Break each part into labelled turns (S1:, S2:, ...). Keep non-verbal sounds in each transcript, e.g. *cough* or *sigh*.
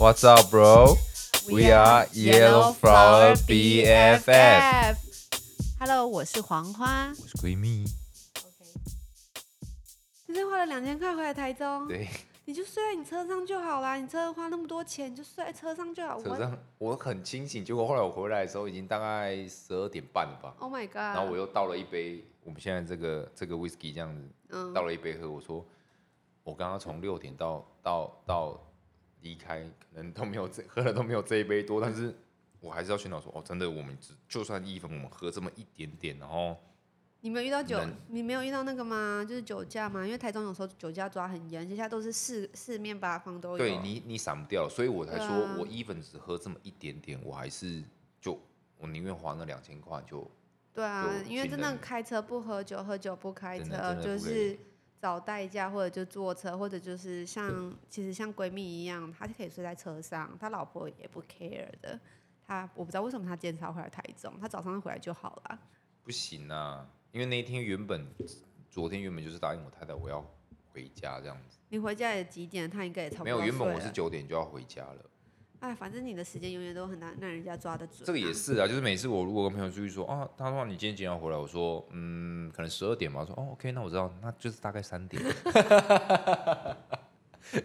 S1: What's up, bro? We are Yellow Flower BFF。
S2: BFF。Hello，我是黄花。
S1: 我是闺蜜。
S2: OK，今天花了两千块回来台中，
S1: 对，
S2: 你就睡在你车上就好啦。你车花那么多钱，你就睡在车上就好。
S1: 车
S2: 我
S1: 上我很清醒，结果后来我回来的时候已经大概十二点半了吧，
S2: Oh my god！
S1: 然后我又倒了一杯我们现在这个这个 whisky 这样子，
S2: 嗯
S1: 倒了一杯喝。我说我刚刚从六点到到到离开，可能都没有这喝了都没有这一杯多，但是我还是要宣导说，哦，真的，我们只就算一分，我们喝这么一点点，然后
S2: 你没有遇到酒
S1: 能，
S2: 你没有遇到那个吗？就是酒驾吗？因为台中有时候酒驾抓很严，现在都是四四面八方都有。
S1: 对你你闪不掉，所以我才
S2: 哦对
S1: 说
S2: 啊
S1: 我 even 只喝这么一点点，我还是就我宁愿花那两千块就
S2: 对啊
S1: 就，
S2: 因为
S1: 请
S2: 真的
S1: 人
S2: 开车不喝酒，喝酒不开
S1: 真的
S2: 车，
S1: 真的不
S2: 就
S1: 可以
S2: 是找代驾或者就坐车，或者就是像其实像闺蜜一样，她就可以睡在车上，她老婆也不 care 的。她我不知道为什么她今天才回来台中，她早上回来就好了。
S1: 不行啊，因为那一天原本昨天原本就是答应我太太我要回家这样子，
S2: 你回家也几点？她应该也差不多
S1: 没有原本
S2: 睡啊
S1: 我是
S2: 了
S1: 九点就要回家了，
S2: 哎，反正你的时间永远都很难让人家抓得准、
S1: 这个也。是啊，就是每次我如果跟朋友出去说啊，他说你今天几点要回来，我说嗯可能十二点吧，我说哦 OK 那我知道，那就是大概三点， *laughs*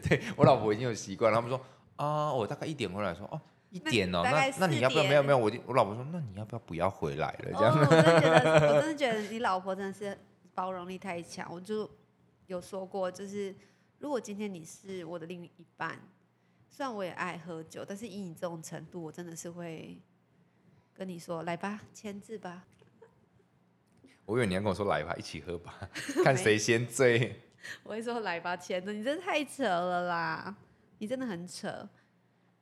S1: 对我老婆已经有习惯了，他们说啊我大概一点回来，说哦。一
S2: 那
S1: 点哦，
S2: 大
S1: 那
S2: 概
S1: 那你
S2: 四
S1: 要不要？
S2: 点
S1: 没有没有，我我老婆说，那你要不要不要回来了？这样、
S2: 哦，我真的觉得，我真的觉得你老婆真的是包容力太强。我就有说过，就是如果今天你是我的另一半，虽然我也爱喝酒，但是以你这种程度，我真的是会跟你说，来吧，签字吧。 *laughs*
S1: 我以为你要跟我说来吧，一起喝
S2: *laughs*
S1: 吧，看谁先醉。 *laughs*
S2: 我会说来吧，签字。你真的太扯了啦，你真的很扯。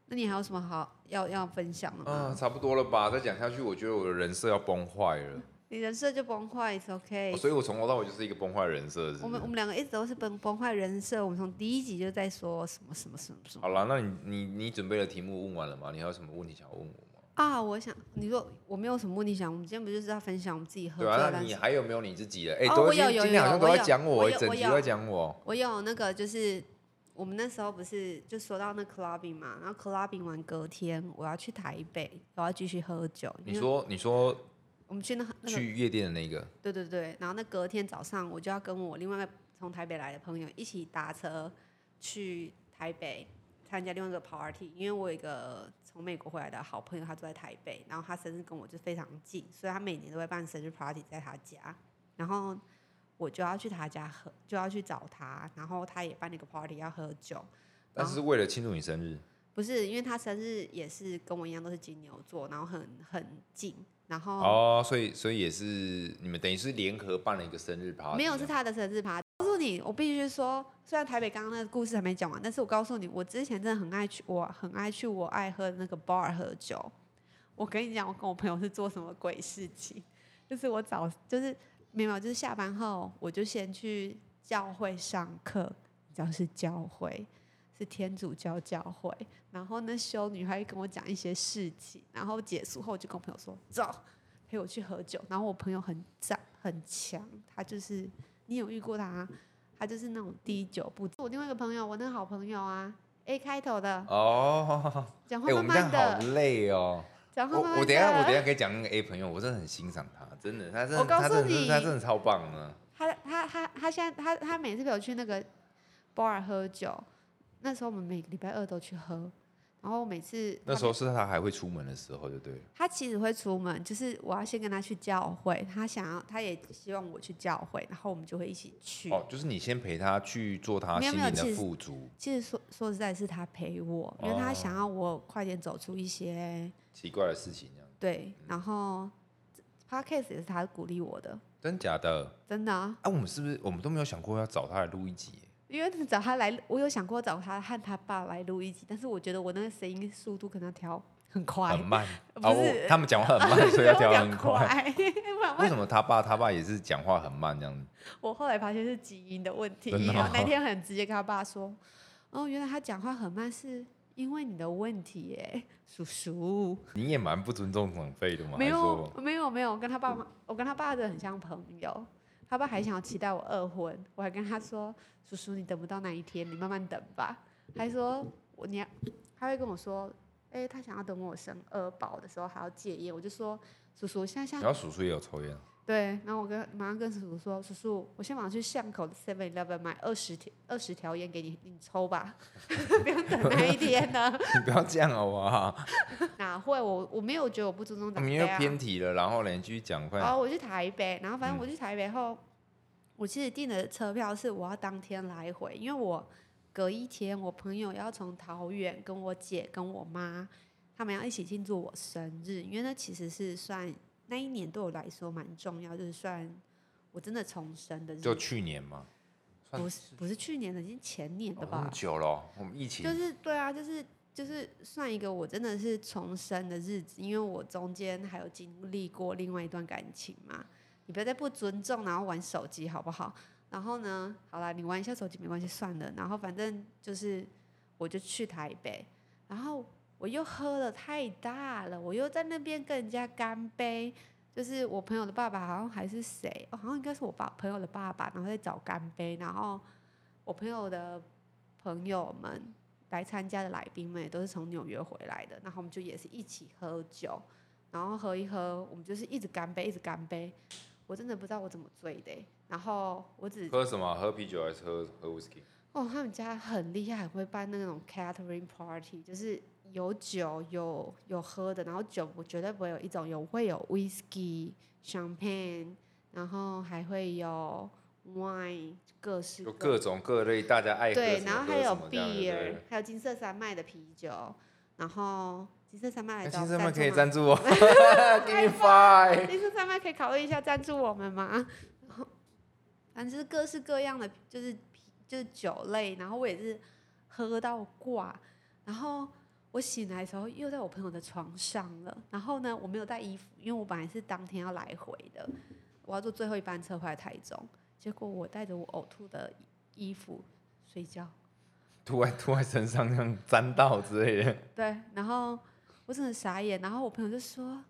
S2: 那你还有什么好要要分享的
S1: 啊，
S2: 吗？
S1: 差不多了吧？再讲下去，我觉得我的人设要崩坏了、
S2: 你人设就崩坏，it's OK
S1: 哦。所以我从头到尾就是一个崩坏人设。是
S2: 我
S1: 不
S2: 们
S1: 是
S2: 我们两个一直都是崩崩坏人设，我们从第一集就在说什么什么什么什么。
S1: 好了，那你你你准备的题目问完了吗？你还有什么问题想要问我吗？
S2: 啊，我想你说我没有什么问题想，我们今天不就是要分享我们自己喝
S1: 对
S2: 醉
S1: 啊，
S2: 的
S1: 那
S2: 单
S1: 你
S2: 词？
S1: 还有没有你自己的？哎、
S2: 哦
S1: 都
S2: 我
S1: 今
S2: 有有
S1: 今天好像
S2: 有
S1: 都在
S2: 我有
S1: 讲我，哎
S2: 我有
S1: 整
S2: 我
S1: 集
S2: 有嗯
S1: 都在讲我。
S2: 我有那个就是我们那时候不是就说到那 clubbing 嘛，然后 clubbing 完隔天我要去台北，我要继续喝酒。
S1: 你
S2: 因为
S1: 说你说
S2: 我们去那那个哦
S1: 去夜店的那个，
S2: 对对对，然后那隔天早上我就要跟我另外一个从台北来的朋友一起搭车去台北参加另外一个 party，因为我有一个从美国回来的好朋友，他住在台北，然后他生日跟我就非常近，所以他每年都会办生日 party 在他家，然后我就要去他家喝，就要去找他，然后他也办了一个 party 要喝酒，
S1: 但是为了庆祝你生日，
S2: 不是因为他生日也是跟我一样都是金牛座，然后很很近，然后
S1: 哦，所以所以也是你们等于是联合办了一个生日 party，
S2: 没有，是他的生日趴。告诉你，我必须说，虽然台北刚刚那个故事还没讲完，但是我告诉你，我之前真的很爱去，我很爱去我爱喝的那个 bar 喝酒。我跟你讲，我跟我朋友是做什么鬼事情？就是我早，就是没有，就是下班后我就先去教会上课，你知道是教会，是天主教教会。然后呢，修女还会跟我讲一些事情，然后结束后我就跟我朋友说走。陪我去喝酒，然后我朋友很赞很强，他就是你有遇过他、啊他就是那种滴酒不。我另外一个朋友，我那个好朋友啊，A 开头的，
S1: 哦，
S2: 讲
S1: 哎、
S2: 话
S1: 我
S2: 慢
S1: 们这样
S2: 慢
S1: 好
S2: 的，
S1: 累哦。
S2: 讲话
S1: 我
S2: 慢慢的。
S1: 我等一下我等一下可以讲那个 A 朋友，我真的很欣赏他，真的，他真的
S2: 我告
S1: 他
S2: 诉
S1: 真的是
S2: 你
S1: 他真的超棒啊的。
S2: 他他他他现在他他每次陪我去那个 bar 喝酒，那时候我们每个礼拜二都去喝，然后每次
S1: 那
S2: 他
S1: 时候是他还会出门的时候，就对了。
S2: 他其实会出门，就是我要先跟他去教会，他想要他也希望我去教会，然后我们就会一起去。
S1: 哦，就是你先陪他去做他
S2: 没有
S1: 心
S2: 没有
S1: 灵的
S2: 其实
S1: 富足，
S2: 其实说说实在，是他陪我，因为他
S1: 哦
S2: 想要我快点走出一些
S1: 奇怪的事情这样，
S2: 对，然后 podcast 也是他鼓励我的，
S1: 真假的？
S2: 真的啊、
S1: 啊，我们是不是我们都没有想过要找他来录一集？
S2: 因为找他来，我有想过找他和他爸来录一集，但是我觉得我那个声音速度可能要调很快，
S1: 很
S2: *laughs*
S1: 慢，
S2: 不
S1: 哦，我
S2: 是
S1: 他们讲话很
S2: *laughs*
S1: 慢，所以要调
S2: 讲
S1: 很快。
S2: 快。不然
S1: 为什么他爸他爸也是讲话很慢这样子？
S2: 我后来发现是基因的问题，
S1: 真的
S2: 然后那
S1: 哦
S2: 天很直接跟他爸说，哦，原来他讲话很慢是因为你的问题耶，叔叔。
S1: 你也蛮不尊重长辈的嘛？还
S2: 没
S1: 是
S2: 有
S1: 说，
S2: 没有，没有，我跟他爸妈，我跟他爸真的很像朋友。他爸还想要期待我二婚，我还跟他说：“叔叔，你等不到那一天，你慢慢等吧。”还说：“我你要他会跟我说，哎、他想要等我生二宝的时候还要戒烟，我就说叔叔，现在现
S1: 然
S2: 在
S1: 后叔叔也有抽烟， *laughs*
S2: 对，然后我跟马上跟叔叔说，叔叔，我先马上去巷口的 Seven Eleven 买二十条二十条烟给你，你抽吧， *laughs* 不用等那一天了。
S1: 你不要这样好不好？
S2: *laughs* 哪会我我没有觉得我不尊重
S1: 我
S2: 长
S1: 们
S2: 辈
S1: 又
S2: 啊。哦
S1: 偏啊嗯题了，然后呢，你继续讲快。
S2: 然后我去台北，然后反正我去台北后，我其实订的车票是我要当天来回，因为我隔一天我朋友要从桃园跟我姐跟我妈，他们要一起庆祝我生日，因为那其实是算那一年对我来说蛮重要，就是算我真的重生的日
S1: 就
S2: 子，
S1: 去年嘛，算
S2: 不是不是去年的，已经前年的
S1: 哦那么
S2: 吧，
S1: 久了哦，我们疫情
S2: 就是对啊，就是。就是算一个我真的是重生的日子，因为我中间还有经历过另外一段感情嘛。你不要再不尊重，然后玩手机好不好？然后呢，好啦，你玩一下手机没关系，算了。然后反正就是，我就去台北，然后我又喝的太大了，我又在那边跟人家干杯。就是我朋友的爸爸好像还是谁，哦，好像应该是我爸朋友的爸爸，然后在找干杯，然后我朋友的朋友们来参加的来宾们也都是从纽约回来的，然后我们就也是一起喝酒，然后喝一喝，我们就是一直干杯，一直干杯，我真的不知道我怎么醉的欸、然后我只
S1: 喝什么？喝啤酒还是喝喝 whisky？
S2: 哦，他们家很厉害，很会办那种 catering party，就是有酒有有喝的，然后酒我绝对不会有一种有会有 whisky、champagne，然后还会有 wine 各式
S1: 就
S2: 各
S1: 各种各类大家爱喝
S2: 对，
S1: 什么
S2: 然后还
S1: 喝
S2: 有
S1: 什么这样
S2: beer，
S1: 对
S2: 还有金色山脉的啤酒，然后金色山脉
S1: 那
S2: 来
S1: 金
S2: 找
S1: 色
S2: 我
S1: 曼
S2: 们
S1: 可以
S2: 赞
S1: 赞助
S2: *laughs*
S1: 我，Give me five。
S2: 助吗，金色山脉可以考虑一下赞助我们吗？ *laughs* 然后反正就是各式各样的，就是啤就是酒类，然后我也是喝到挂，然后。我醒来的时候又在我朋友的床上了，然后呢，我没有带衣服，因为我本来是当天要来回的，我要坐最后一班车回来台中，结果我带着我呕吐的衣服睡觉。
S1: 突然突然身上这样沾到之类的，
S2: 对，然后我真的傻眼，然后我朋友就说：“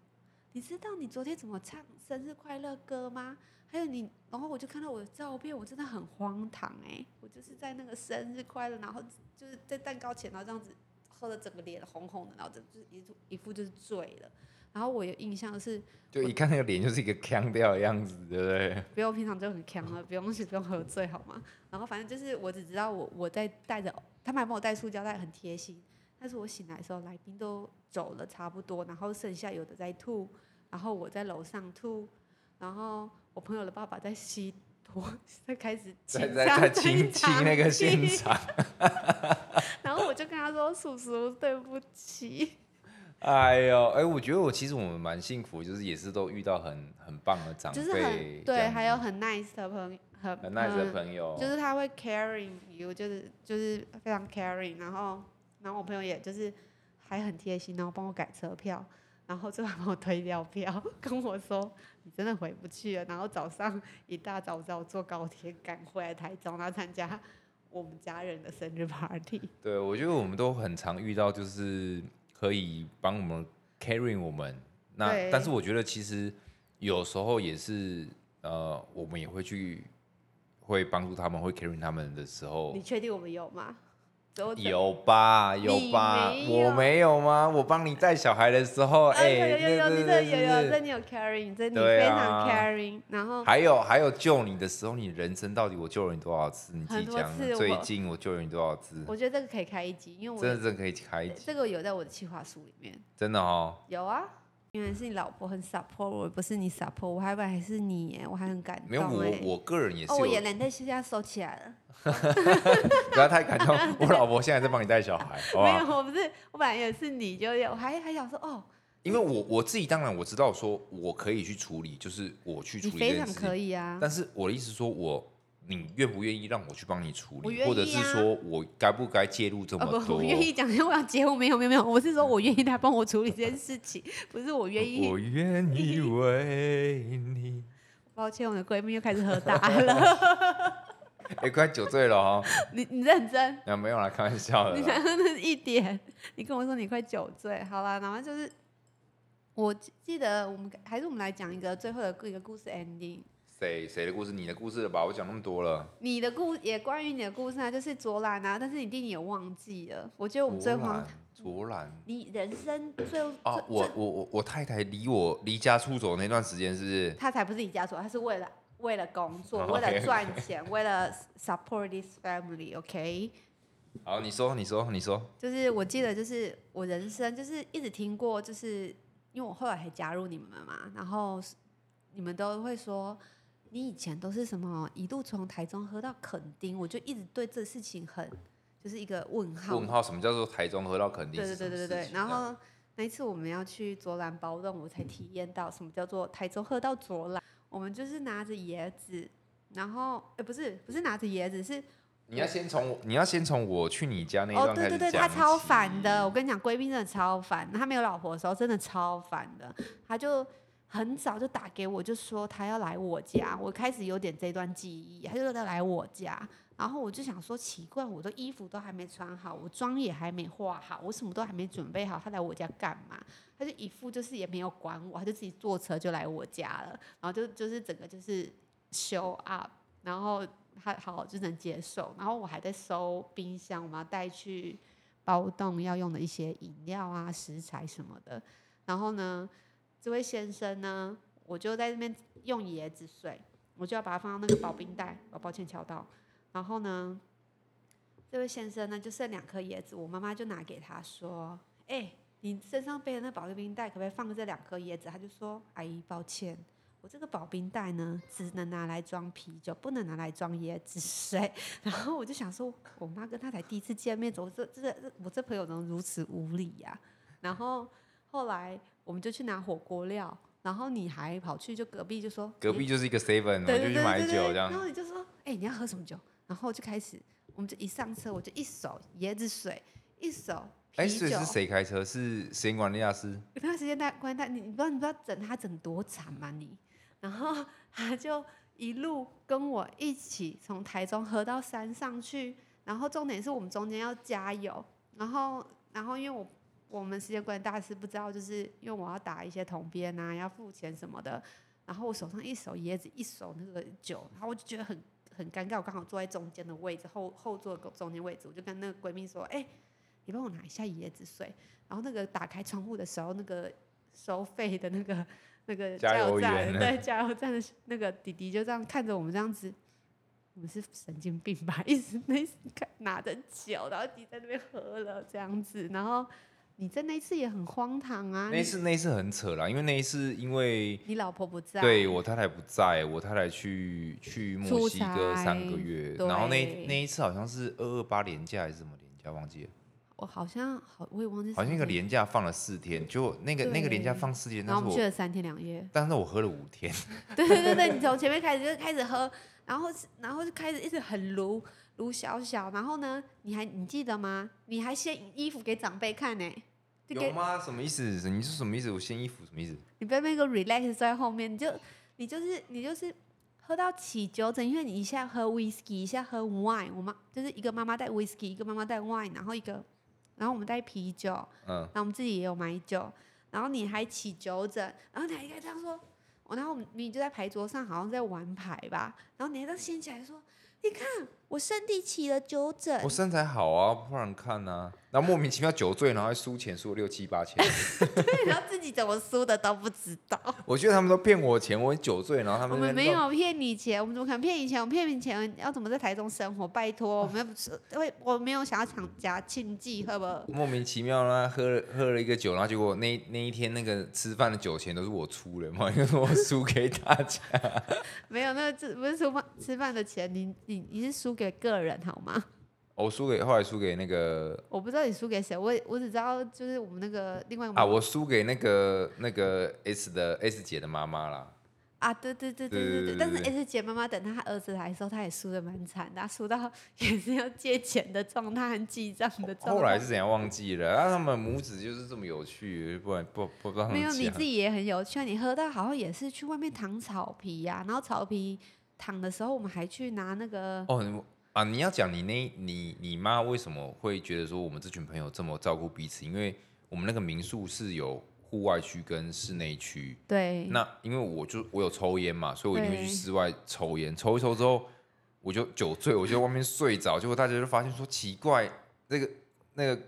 S2: 你知道你昨天怎么唱生日快乐歌吗？”还有你，然后我就看到我的照片，我真的很荒唐哎、我就是在那个生日快乐，然后就是在蛋糕前，然后这样子喝的整个脸红红的，然后这就是一副一副就是醉了。然后我有印象是，
S1: 就一看那个脸就是一个腔掉的样子，
S2: *laughs*
S1: 对不对？
S2: 不用平常就很强了，不用不用喝醉好吗？然后反正就是我只知道我我在带着，他们还帮我带塑胶袋，很贴心。但是我醒来的时候，来宾都走了差不多，然后剩下有的在吐，然后我在楼上吐，然后我朋友的爸爸在吸毒， *laughs* 在开始
S1: 在
S2: 清
S1: 在
S2: 唱
S1: 在清清那个
S2: 清
S1: 现场，
S2: 然后我就跟他说：“叔叔，对不起。
S1: 哎呦，哎，我觉得我其实我们蛮幸福，就是也是都遇到很很棒的”长
S2: 就是
S1: 辈
S2: 很，
S1: 这
S2: 对，
S1: 样
S2: 还有
S1: 子
S2: 很 nice 的朋友，很
S1: 很 nice 的朋友，
S2: 就是他会 caring you，就是就是非常 caring，然后然后我朋友也就是还很贴心，然后帮我改车票，然后最后还帮我推掉票， *laughs* 跟我说你真的回不去了，然后早上一大早叫我坐高铁赶回来台中，然后参加我们家人的生
S1: *laughs*
S2: 日 party。
S1: 对，我觉得我们都很常遇到，就是可以帮我们 carry 我们。那
S2: 对
S1: 但是我觉得其实有时候也是，呃，我们也会去会帮助他们，会 carry 他们的时候
S2: 你，确定我们有吗？只有我
S1: 哦有吧，有
S2: 你
S1: 吧，
S2: 没
S1: 我
S2: 有
S1: 没有吗？我帮你带小孩的时
S2: *laughs*
S1: 候，
S2: 啊，
S1: 哎、
S2: 有有有，
S1: 那
S2: 你
S1: 那
S2: 这
S1: 那
S2: 有
S1: 那
S2: 有，这
S1: 那
S2: 你有 caring，这你
S1: 对
S2: 非
S1: 啊
S2: 常 caring，然后
S1: 还有还有救你的时候，你人生到底我救了你多少次？你自
S2: 很
S1: 己
S2: 多
S1: 讲啊，
S2: 次
S1: 最
S2: 我
S1: 近我救了你多少次？
S2: 我觉得这个可以开一集，因为我
S1: 真的
S2: 有
S1: 真的可以开一集，
S2: 这个有在我的企划书里面。
S1: 真的哦。
S2: 有啊，因为是你老婆很 support 我，不是你 support 我，还本来是你耶，我还很感动
S1: 没有我
S2: 耶
S1: 我个人也是
S2: 哦，
S1: 有
S2: 我眼泪在现在收起来了。
S1: 不要太感动，我老婆现在在帮你带小孩，好不
S2: 没
S1: 好？
S2: 有，我不是，我本来也是你，就有，我还还想说，哦，
S1: 因为我我自己当然我知道说我可以去处理，就是我去
S2: 你
S1: 处理这
S2: 非
S1: 件
S2: 常
S1: 事
S2: 可
S1: 情。
S2: 以啊。
S1: 但是我的意思说我，你愿不愿意让我去帮你处
S2: 我
S1: 理，
S2: 愿意啊
S1: 或者是说我该不该介入这
S2: 哦
S1: 么
S2: 不，
S1: 多？
S2: 我愿意讲，因为我要结婚，没有没有没有，我是说我愿意他帮我处理这件事情，不是我愿
S1: *laughs*
S2: 意。
S1: 我愿意为你。
S2: 抱歉，我的闺蜜又开始喝大了，
S1: *laughs* 哎、快酒醉了哦！
S2: 你你认真。
S1: 啊，没有啦，开玩笑的
S2: 你
S1: 啦。
S2: *laughs* 才喝那一点，你跟我说你快酒醉，好啦，然后就是我记记得我们还是我们来讲一个最后的一个故事 ending，
S1: 谁谁的故事？你的故事了吧？我讲那么多了，
S2: 你的故也关于你的故事啊，就是卓兰啊，但是你弟弟也忘记了。我觉得我们最
S1: 卓
S2: 荒
S1: 兰，卓兰。
S2: 你人生最
S1: 啊
S2: 最，
S1: 我我我我太太离我离家出走那段时间是
S2: 他才不是离家出走，他是为了为了工作，
S1: 哦
S2: 为了
S1: OK，OK
S2: 赚钱，为了 support this family，OK、
S1: 好，你说你说你说，
S2: 就是我记得，就是我人生就是一直听过，就是因为我后来还加入你们嘛，然后你们都会说你以前都是什么一路从台中喝到垦丁，我就一直对这事情很就是一个问号。
S1: 问号什么叫做台中喝到垦丁
S2: 对
S1: 是
S2: 对
S1: 什么
S2: 对
S1: 事情？
S2: 对对对。然
S1: 这样
S2: 后那一次我们要去卓兰包栋，我才体验到什么叫做台中喝到卓兰。我们就是拿着椰子，然后呃不是不是拿着椰子是
S1: 你要先从我你要先从我去你家那一
S2: 哦，
S1: 段
S2: 对
S1: 开
S2: 对
S1: 始
S2: 对，
S1: 讲
S2: 他超
S1: 起
S2: 烦的。我跟你讲，贵宾真的超烦。他没有老婆的时候真的超烦的，他就很早就打给我，就说他要来我家。我开始有点这段记忆，他就说他来我家。然后我就想说，奇怪，我的衣服都还没穿好，我妆也还没化好，我什么都还没准备好，他来我家干嘛？他就一副就是也没有管我，他就自己坐车就来我家了，然后就就是整个就是 show up，然后他好就能接受，然后我还在收冰箱，我们要带去包栋要用的一些饮料啊、食材什么的。然后呢，这位先生呢，我就在那边用椰子水，我就要把它放到那个保冰袋，我抱歉敲到。然后呢，这位先生呢就剩两颗椰子，我妈妈就拿给他说：“哎、你身上背的那保冰袋可不可以放这两颗椰子？”他就说：“阿姨，抱歉。”我这个保冰袋呢，只能拿来装啤酒，不能拿来装椰子水。然后我就想说，我妈跟她才第一次见面，怎么这这这我这朋友怎么如此无理呀、然后后来我们就去拿火锅料，然后你还跑去就隔壁就说
S1: 隔壁就是一个 seven，我
S2: 对
S1: 就
S2: 对
S1: 去
S2: 对
S1: 买
S2: 对
S1: 酒
S2: 对
S1: 这样
S2: 然。后你就说，哎、你要喝什么酒？然后就开始，我们就一上车，我就一手椰子水，一手
S1: 哎，
S2: 啤
S1: 所以
S2: 酒。
S1: 是谁开车？是谁管理亚斯？
S2: 那段时间他关他，你你不知道你不知道整他整多惨吗你？然后 *laughs* 他就一路跟我一起从台中喝到山上去，然后重点是我们中间要加油，然后然后因为我我们时间管理大师不知道，就是因为我要打一些铜边啊，要付钱什么的，然后我手上一手椰子，一手那个酒，然后我就觉得很很尴尬，我刚好坐在中间的位置，后后座的中间位置，我就跟那个闺蜜说，哎、你帮我拿一下椰子水。然后那个打开窗户的时候，那个收费的那个那个
S1: 加
S2: 加油
S1: 油
S2: 站，
S1: 员呢
S2: 对加油站的那个弟弟就这样看着我们这样子，我们是神经病吧？ *laughs* 一直那一直看拿着酒，然后自己在那边喝了这样子，然后你在那一次也很荒唐啊，
S1: 那一次那一次很扯啦，因为那一次因为
S2: 你你老婆不在，
S1: 对我太太不在，我太太去去墨
S2: 出
S1: 西哥
S2: 差
S1: 三个月，然后
S2: 对
S1: 那那一次好像是二二八连假还是什么连假忘记了，
S2: 我好像好我也忘记
S1: 好像一
S2: 什
S1: 个
S2: 么
S1: 连假放了四天，结果那个那个连假
S2: 对
S1: 放四天，
S2: 天，然
S1: 但
S2: 后
S1: 是
S2: 我们去
S1: 我
S2: 了三天两夜。 *laughs*
S1: 但是我喝了五天，
S2: 对对对对，你从前面开始就开始喝，然后是然后就开始一直很撸撸小小，然后呢，你还你记得吗？你还掀衣服给长辈看呢、就
S1: 有
S2: 给
S1: 吗？什么意思？你是什么意思？我掀衣服什么意思？
S2: 你被那个 relax 坐在后面，你就你就是你就是喝到起酒疹，因为你一下喝 whisky，一下喝 wine，我妈就是一个妈妈带 whisky，一个妈妈带 wine，然后一个然后我们带啤酒，
S1: 嗯，
S2: 然后我们自己也有买酒，然后你还起酒疹，然后你还应该这样说，我然后我们你就在牌桌上好像在玩牌吧，然后你还这样掀起来说，你看我身体起了酒疹
S1: 我，身材好啊，不然看啊，然后莫名其妙酒醉，然后还输钱输了六七八千。
S2: 对， *laughs* 然后自己怎么输的都不知道。
S1: 我觉得他们都骗我钱，我酒醉，然后他
S2: 我
S1: 们在
S2: 们
S1: 那
S2: 没
S1: 边
S2: 有骗你钱，我们怎么可能骗你钱？我们骗你钱要怎么在台中生活？拜托，我们又不是会，我没有想要抢夹庆忌，好不好？
S1: 莫名其妙啦，喝了喝了一个酒，然后结果那那一天那个吃饭的酒钱都是我出的嘛，因 *laughs* 为我输给大家。
S2: 没有，那这不是吃饭吃饭的钱，你你你是输给个人好吗？
S1: 哦我输给后来输给那个
S2: 我不知道你输给谁，我也我只知道就是我们那个另外一个
S1: 啊，我输给那个那个 S 的 S 姐的妈妈啦。
S2: 啊，对对对对对对，
S1: 对
S2: 但是
S1: 对
S2: S 姐妈妈等她儿子来的时候，她也输的蛮惨的，她输到 *laughs* 也是要借钱的状态和记账的状态。
S1: 后来是怎样忘记了？啊，他们母子就是这么有趣，不然不不不让
S2: 没有你自
S1: 讲。
S2: 己也很有趣啊，你喝到好像也是去外面躺草皮呀、然后草皮躺的时候，我们还去拿那个，
S1: 哦你啊，你要讲你那你你妈为什么会觉得说我们这群朋友这么照顾彼此？因为我们那个民宿是有户外区跟室内区。
S2: 对，
S1: 那因为我就我有抽烟嘛，所以我一定会去
S2: 嗯对
S1: 室外抽烟。抽一抽之后，我就酒醉，我就在外面睡着，结果大家就发现说奇怪，那个那个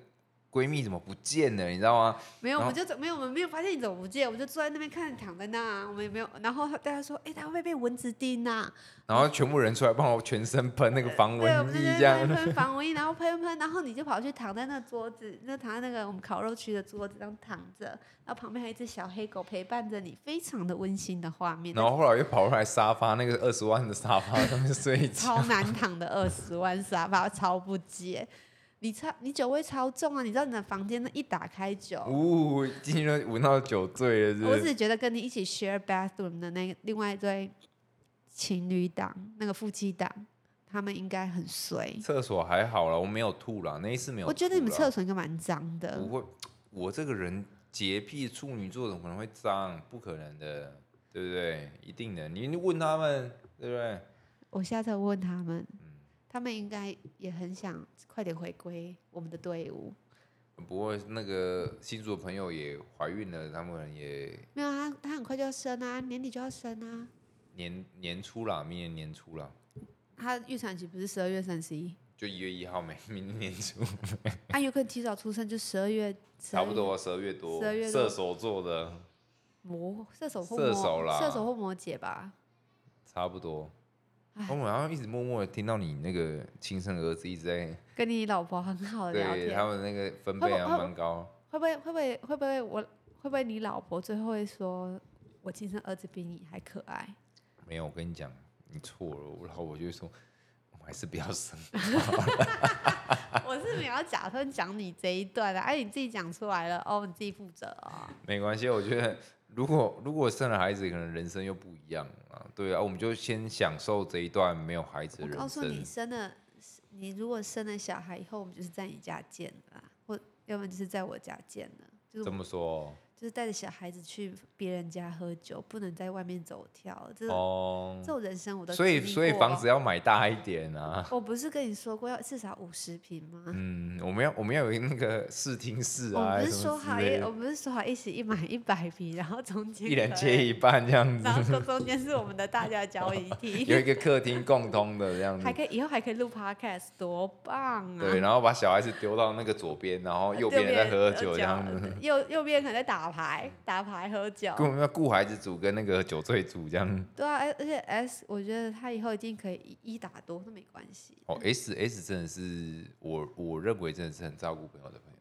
S1: 闺蜜怎么不见了？你知道吗？
S2: 没有，
S1: 然
S2: 我
S1: 后
S2: 们就走没有，我们没有发现你怎么不见，我们就坐在那边看，躺在那啊，我们也没有。然后大家说，哎、他会不会被蚊子叮啊？
S1: 然后全部人出来帮我全身喷那个防
S2: 对，我
S1: 蚊
S2: 们就
S1: 液，
S2: 在
S1: 这
S2: 那边
S1: 样。
S2: 喷防蚊液，然后喷喷，然后你就跑去躺在那桌子，那躺在那个我们烤肉区的桌子上躺着，然后旁边还有一只小黑狗陪伴着你，非常的温馨的画面。
S1: 然后后来又跑出来沙发，那个二十万的沙发上面睡一觉。
S2: *laughs* 超难躺的二十万沙发，超不接。你超你酒味超重啊！你知道你的房间那一打开酒，
S1: 呜、今天闻到酒醉了是不
S2: 我
S1: 是
S2: 只觉得跟你一起 share bathroom 的那另外一对情侣档，那个夫妻档，他们应该很衰。
S1: 厕所还好啦，我没有吐啦，那一次没有吐啦。嗯
S2: 我觉得你们厕所应该蛮脏的
S1: 不，会，我这个人洁癖，处女座怎么可能会脏？不可能的，对不对？一定的，你你问他们，对不对？
S2: 我下次问他们，
S1: 嗯
S2: 他们应该也很想快点回归我们的队伍。
S1: 不过那个新竹的朋友也怀孕了，他们可能也
S2: 没有啊，他很快就要生啊，年底就要生啊。
S1: 年年初啦，明年年初啦，
S2: 他预产期不是十二月三十一，
S1: 就一月一号没，明年年初， *laughs*
S2: 啊，有可能提早出生就十二月，12
S1: 差不多十二月多，
S2: 12月多
S1: 射手座的
S2: 摩射手或
S1: 射
S2: 摩
S1: 手啦
S2: 射手或摩羯吧。
S1: 差不多。
S2: 唉
S1: 我好像一直默默的听到你那个亲生儿子一直在，
S2: 跟你老婆很好的哦聊
S1: 对
S2: 天，
S1: 他们那个分贝
S2: 会不
S1: 还
S2: 会
S1: 蛮高。
S2: 会不会会不会会不会我会不会你老婆最后会说，我亲生儿子比你还可
S1: *laughs*
S2: 爱？
S1: 没有，我跟你讲，你错了。然后我就会说，我们还是不要生。 *laughs*
S2: 我是没有假设讲你这一段的、哎、你自己讲出来了，哦，你自己负责哦。
S1: 没关系，我觉得如果如果生了孩子，可能人生又不一样啊。对啊，我们就先享受这一段没有孩子
S2: 我
S1: 的
S2: 告
S1: 人
S2: 诉你，
S1: 生。
S2: 生了你如果生了小孩以后，我们就是在你家见了啦，或要么就是在我家见了，就是
S1: 这么说
S2: 就是带着小孩子去别人家喝酒，不能在外面走跳了，这、
S1: 哦
S2: 这，种人生我都
S1: 所以
S2: 经历
S1: 所以
S2: 过
S1: 房子要买大一点啊。
S2: 我不是跟你说过要至少五十平吗？
S1: *laughs* 嗯，我们要我们要有那个视听室
S2: 哦我
S1: 啊，
S2: 们不
S1: 还
S2: 是
S1: 什么
S2: 说好
S1: 之
S2: 一
S1: 类，的
S2: 我们不是说好一起一买一百平，然后中间
S1: 一人
S2: 可
S1: 切
S2: 以，
S1: 一半这样
S2: 然后
S1: 子，
S2: 中中间是我们的大家交易
S1: 有一
S2: 地，
S1: 个客厅共通的这样子
S2: *laughs* 还。可以以后还可以录 podcast，多棒啊！
S1: 对，然后把小孩子丢到那个左边，然后右边人在喝酒这样子。
S2: 对呃右右边可能在打牌，打牌喝酒。
S1: 跟我们要顾孩子组跟那个酒醉组这样。
S2: 对啊，而而且 S，我觉得他以后一定可以一一打多，那没关系。
S1: 哦，S S 真的是我我认为真的是很照顾朋友的朋友了。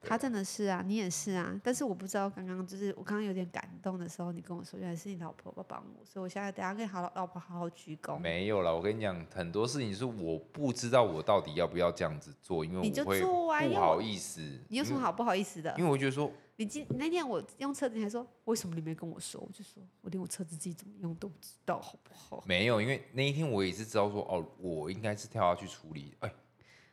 S1: 对
S2: 他真的是啊，你也是啊，但是我不知道刚刚就是我刚刚有点感动的时候，你跟我说原来是你老婆要帮我，所以我现在等一下跟好老老婆好好鞠躬。
S1: 没有啦，我跟你讲，很多事情是我不知道我到底要不要这样子做，因为
S2: 你就
S1: 我会
S2: 做啊因
S1: 不
S2: 为我
S1: 好意思。嗯
S2: 你有什么好不好意思的
S1: 因为？？因为我觉得说，
S2: 你今那天我用车子，你还说为什么你没跟我说？我就说我连我车子自己怎么用都不知道，好不好？
S1: 没有，因为那一天我也是知道说，哦，我应该是跳下去处理。哎，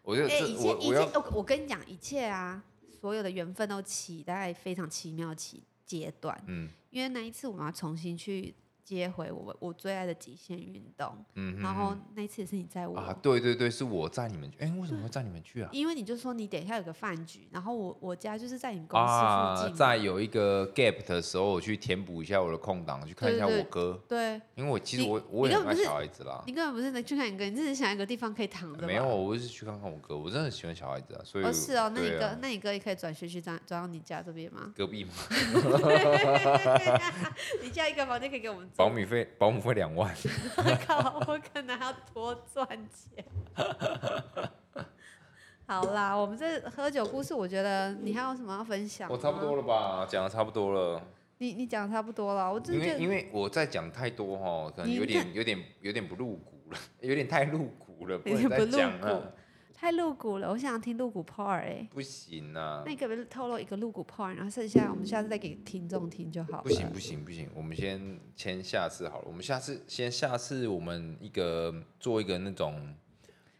S1: 我觉得
S2: 哎、
S1: 这、
S2: 一切
S1: 我
S2: 一
S1: 我
S2: 切
S1: 要，
S2: 我我跟你讲，一切啊，所有的缘分都期待非常奇妙的期阶段，
S1: 嗯
S2: 因为那一次我们要重新去接回我我最爱的极限运动，
S1: 嗯，
S2: 然
S1: 嗯
S2: 后那一次也是你在我。
S1: 啊，对对对，是我载你们去。哎，为什么会载你们去啊？
S2: 因为你就说你等一下有个饭局，然后我我家就是在你公司附
S1: 啊，
S2: 近嘛，
S1: 在有一个 gap 的时候，我去填补一下我的空档，去看一下
S2: 对
S1: 我
S2: 对
S1: 哥。
S2: 对
S1: 因为我其实
S2: 你
S1: 我我也
S2: 你
S1: 很
S2: 根本
S1: 爱
S2: 不是
S1: 小孩子啦，
S2: 你根本不是能去看一个，你只是想一个地方可以躺着。
S1: 没有，，我是去看看我哥，我真的很喜欢小孩子啊，所以
S2: 哦，是哦，那你
S1: 对
S2: 哥，
S1: 啊
S2: 那你哥也可以转学去转转到你家这
S1: *laughs*
S2: 边吗？
S1: 隔壁嘛，
S2: 你家一个房间可以给我们
S1: 保
S2: 住，
S1: 姆
S2: *laughs*
S1: 费保姆费两万，
S2: 靠，我可能还要多赚钱。 *laughs* 好啦，我们这喝酒故事，我觉得你还有什么要分享？
S1: 哦我差不多
S2: 了，
S1: 了吧，讲的差不多了，
S2: 你你讲得差不多了，我真
S1: 因
S2: 的觉
S1: 为
S2: 得
S1: 因为我再讲太多哈，可能
S2: 你
S1: 有点有点有点不入骨了， *laughs* 有点太入骨了，不
S2: 有点
S1: 能
S2: 不
S1: 再
S2: 入
S1: 讲
S2: 骨
S1: 了，
S2: 太露骨了，我想听露骨 part 哎、
S1: 不行啊
S2: 那，你可不可以透露一个露骨 part，然后剩下我们下次再给听众听就好了。
S1: 不行不行不行，我们先先下次好了，我们下次先下次我们一个做一个那种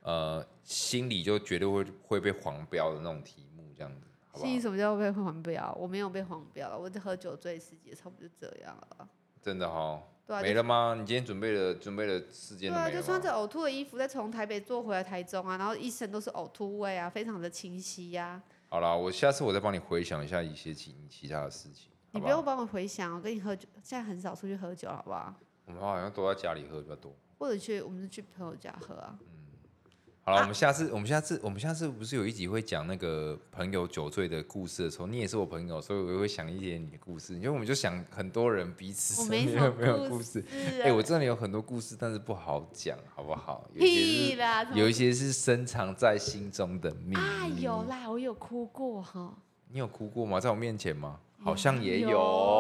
S1: 呃心里就绝对会会被黄标的那种题目这样子，好不好
S2: 心里？什么叫被黄标？我没有被黄标了，我这喝酒醉十几，差不多就这样了。
S1: 真的哈、
S2: 对啊，就
S1: 没了吗？你今天准备了准备了四件都
S2: 对
S1: 没
S2: 啊，
S1: 了
S2: 就
S1: 吗？
S2: 穿着呕吐的衣服，再从台北坐回来台中啊，然后一身都是呕吐味啊，非常的清晰呀、
S1: 好啦，我下次我再帮你回想一下一些其其他的事情。
S2: 你
S1: 好
S2: 不
S1: 不好
S2: 用帮我回想，我跟你喝酒，现在很少出去喝酒，好不好？
S1: 我们好像都在家里喝比较多。
S2: 或者去我们去朋友家喝啊。
S1: 好了，我们下次，我们下次，我们下次不是有一集会讲那个朋友酒醉的故事的时候，你也是我朋友，所以我也会想一些你的故事，因为我们就想很多人彼此
S2: 我
S1: 身
S2: 没
S1: 边
S2: 什么
S1: 有 *laughs* 没有
S2: 故啊
S1: 故事。
S2: 是
S1: 哎、我真的有很多故事，但是不好讲，好不好？有一些
S2: 屁
S1: 是
S2: 啦，怎么
S1: 有一些是深藏在心中的秘密。
S2: 啊有
S1: 嗯
S2: 啦，我有哭过哈。
S1: 你有哭过吗？在我面前吗？好像也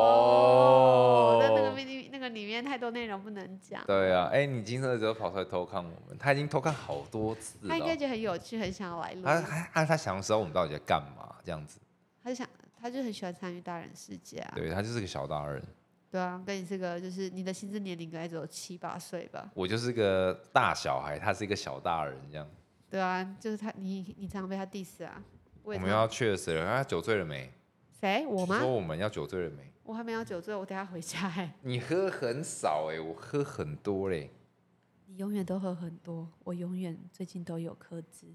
S1: 哦
S2: 有但那个秘密那个里面太多内容不能讲。
S1: 对啊，哎、你今天的时候跑出来偷看我们，他已经偷看好多次了
S2: 他应。该觉得很有趣，很想要来录。
S1: 他他他他想知道我们到底在干嘛，这样子。
S2: 他就想，他就很喜欢参与大人世界啊。
S1: 对他就是个小大人，
S2: 对啊，跟你这个就是你的心智年龄应该只有七八岁吧？
S1: 我就是个大小孩，他是一个小大人这样。
S2: 对啊，就是他，你你常常被他 diss 啊。我
S1: 我
S2: 也
S1: 们
S2: 常
S1: 要确实了，他啊酒醉了没？
S2: 谁我吗
S1: 说？我们要酒醉了没？
S2: 我还没有酒醉，我等下回家哎、
S1: 你喝很少哎、我喝很多嘞、
S2: 你永远都喝很多，我永远最近都有克制，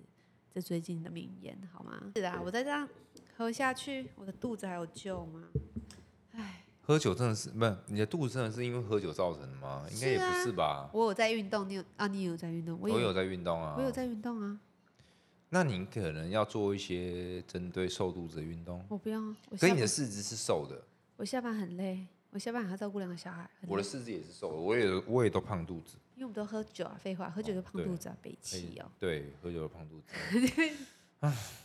S2: 这最近的名言好吗？是啊，我再这样喝下去，我的肚子还有救吗？
S1: 喝酒真的是不是你的肚子真的是因为喝酒造成的吗？应该也
S2: 是
S1: 不
S2: 啊
S1: 是吧？
S2: 我有在运动，你有啊？你有在运动？我
S1: 我
S2: 也
S1: 有在运动啊，
S2: 我有在运动啊！
S1: 那你可能要做一些针对瘦肚子的运动，
S2: 我不用，我
S1: 所以
S2: 下
S1: 你的
S2: 班
S1: 四肢是瘦的，
S2: 我下班很累，我下班还要照顾两个小孩，很
S1: 我的
S2: 累
S1: 四肢也是瘦的，我也我也都胖肚子，
S2: 因为我们都喝酒啊，废话，喝酒就胖
S1: 哦对
S2: 肚子啊，北
S1: 哎
S2: 气哦。
S1: 对，喝酒的胖肚子，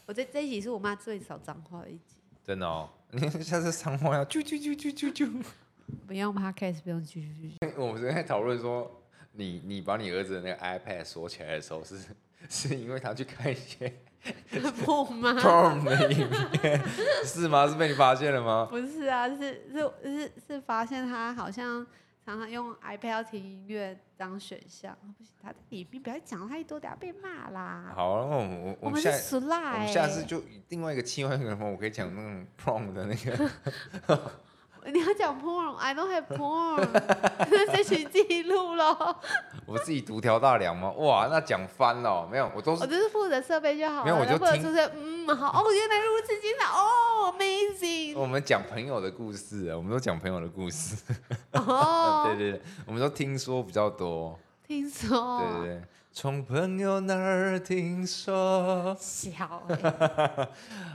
S2: 我这这一集是我妈最少脏话的一
S1: *laughs*
S2: 集，
S1: 真的哦。你下次上话要啾啾啾啾啾啾。
S2: 不用 podcast，不用继续继续。 *laughs*
S1: 我们昨天在讨论说，你你把你儿子的那个 iPad 锁起来的时候是，是因为他去看一
S2: *laughs*
S1: 些
S2: 不吗？
S1: *laughs* porn 的影片，是吗？是被你发现了吗？
S2: 不是啊，是是是是发现他好像常常用 iPad 要听音乐当选项，啊不行，他在里面不要讲太多，等下被骂啦。
S1: 好，那我们我我
S2: 我
S1: 们
S2: 们
S1: 下
S2: 是 s l
S1: 我们下次就另外一个切换可能我可以讲那种 porn 的那个，
S2: *laughs* 你要讲 porn，I don't have porn，这 *laughs* 群记
S1: *laughs*
S2: 录咯。
S1: 我自己独条大梁吗？哇，那讲翻了哦，没有，我都
S2: 我
S1: 是
S2: 就是负责设备就好了，
S1: 没有我就
S2: 然后负责
S1: 听
S2: 出声。嗯，好，
S1: *laughs*
S2: 哦，原来如此精彩，哦，amazing，
S1: 我们讲朋友的故事啊，我们都讲朋友的故事，对
S2: 哦，
S1: *laughs* *laughs* 对对，我们都听说比较多，
S2: 听说，
S1: 对对对，从朋友那儿听说。
S2: 小欸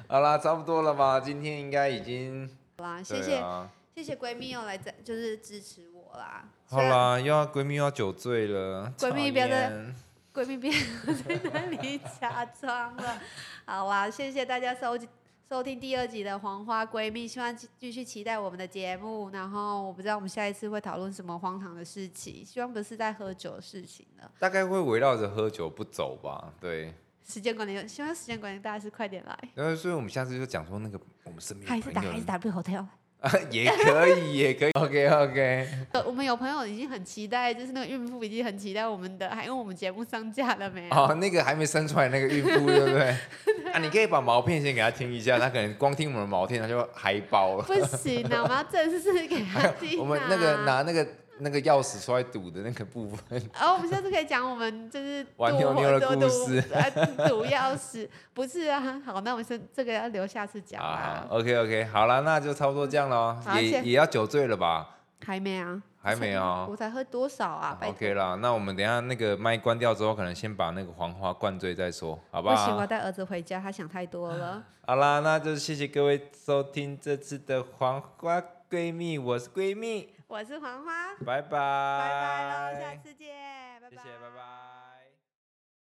S1: 好啦，差不多了吧？今天应该已经
S2: 好啦，谢
S1: 对
S2: 谢
S1: 啊、
S2: 谢谢闺蜜又哦来在就是支持我啦。
S1: 好啦，又要闺蜜又要酒醉了，
S2: *laughs* 闺蜜
S1: 讨
S2: 不要再
S1: 厌
S2: 闺蜜变在那里假装
S1: *laughs*
S2: 了。好啊，谢谢大家收集收听第二集的《黄花闺蜜》，希望继继续期待我们的节目。然后我不知道我们下一次会讨论什么荒唐的事情，希望不是在喝酒的事情了。
S1: 大概会围绕着喝酒不走吧？对，
S2: 时间管理，希望时间管理大师快点来。
S1: 然后所以我们下次就讲说那个我们身边
S2: 还
S1: 的
S2: 是
S1: 朋
S2: 打
S1: 友
S2: 还是 W Hotel，
S1: 啊， *laughs* 也可以，也可以。OK *laughs* OK，
S2: 呃我们有朋友已经很期待，就是那个孕妇已经很期待我们的，还因为我们节目上架了没有？啊
S1: 哦，那个还没生出来那个孕妇，对不
S2: *laughs*
S1: 对？啊，你可以把毛片先给她听一下，她可能光听我们的毛片，她就嗨爆了。
S2: 不行啊，我们要正式给他听、
S1: *laughs*
S2: 啊。
S1: 我们那个拿那个那个钥匙出来赌的那个部分，
S2: 然哦后我们下次可以讲我们就是
S1: *laughs* 玩
S2: 赌
S1: 妞妞的
S2: 赌
S1: 故事
S2: 赌啊，赌钥匙不是啊。好，那我们是这个要留下次讲
S1: 啊
S2: 啊。
S1: ，OK OK，好啦，那就差不多这样咯，
S2: 好谢
S1: 也
S2: 谢
S1: 也要酒醉了吧？
S2: 还没啊？
S1: 还没哦
S2: 我才喝多少啊？拜托
S1: OK 啦，那我们等一下那个麦关掉之后，可能先把那个黄花灌醉再说，好不
S2: 不行，我
S1: 好
S2: 要？带儿子回家，他想太
S1: *laughs*
S2: 多了。
S1: 好啦，那就谢谢各位收听这次的黄花闺蜜，我是闺蜜，
S2: 我是黄花，
S1: 拜拜，拜
S2: 拜拜喽，下次见，拜
S1: 谢谢，拜拜。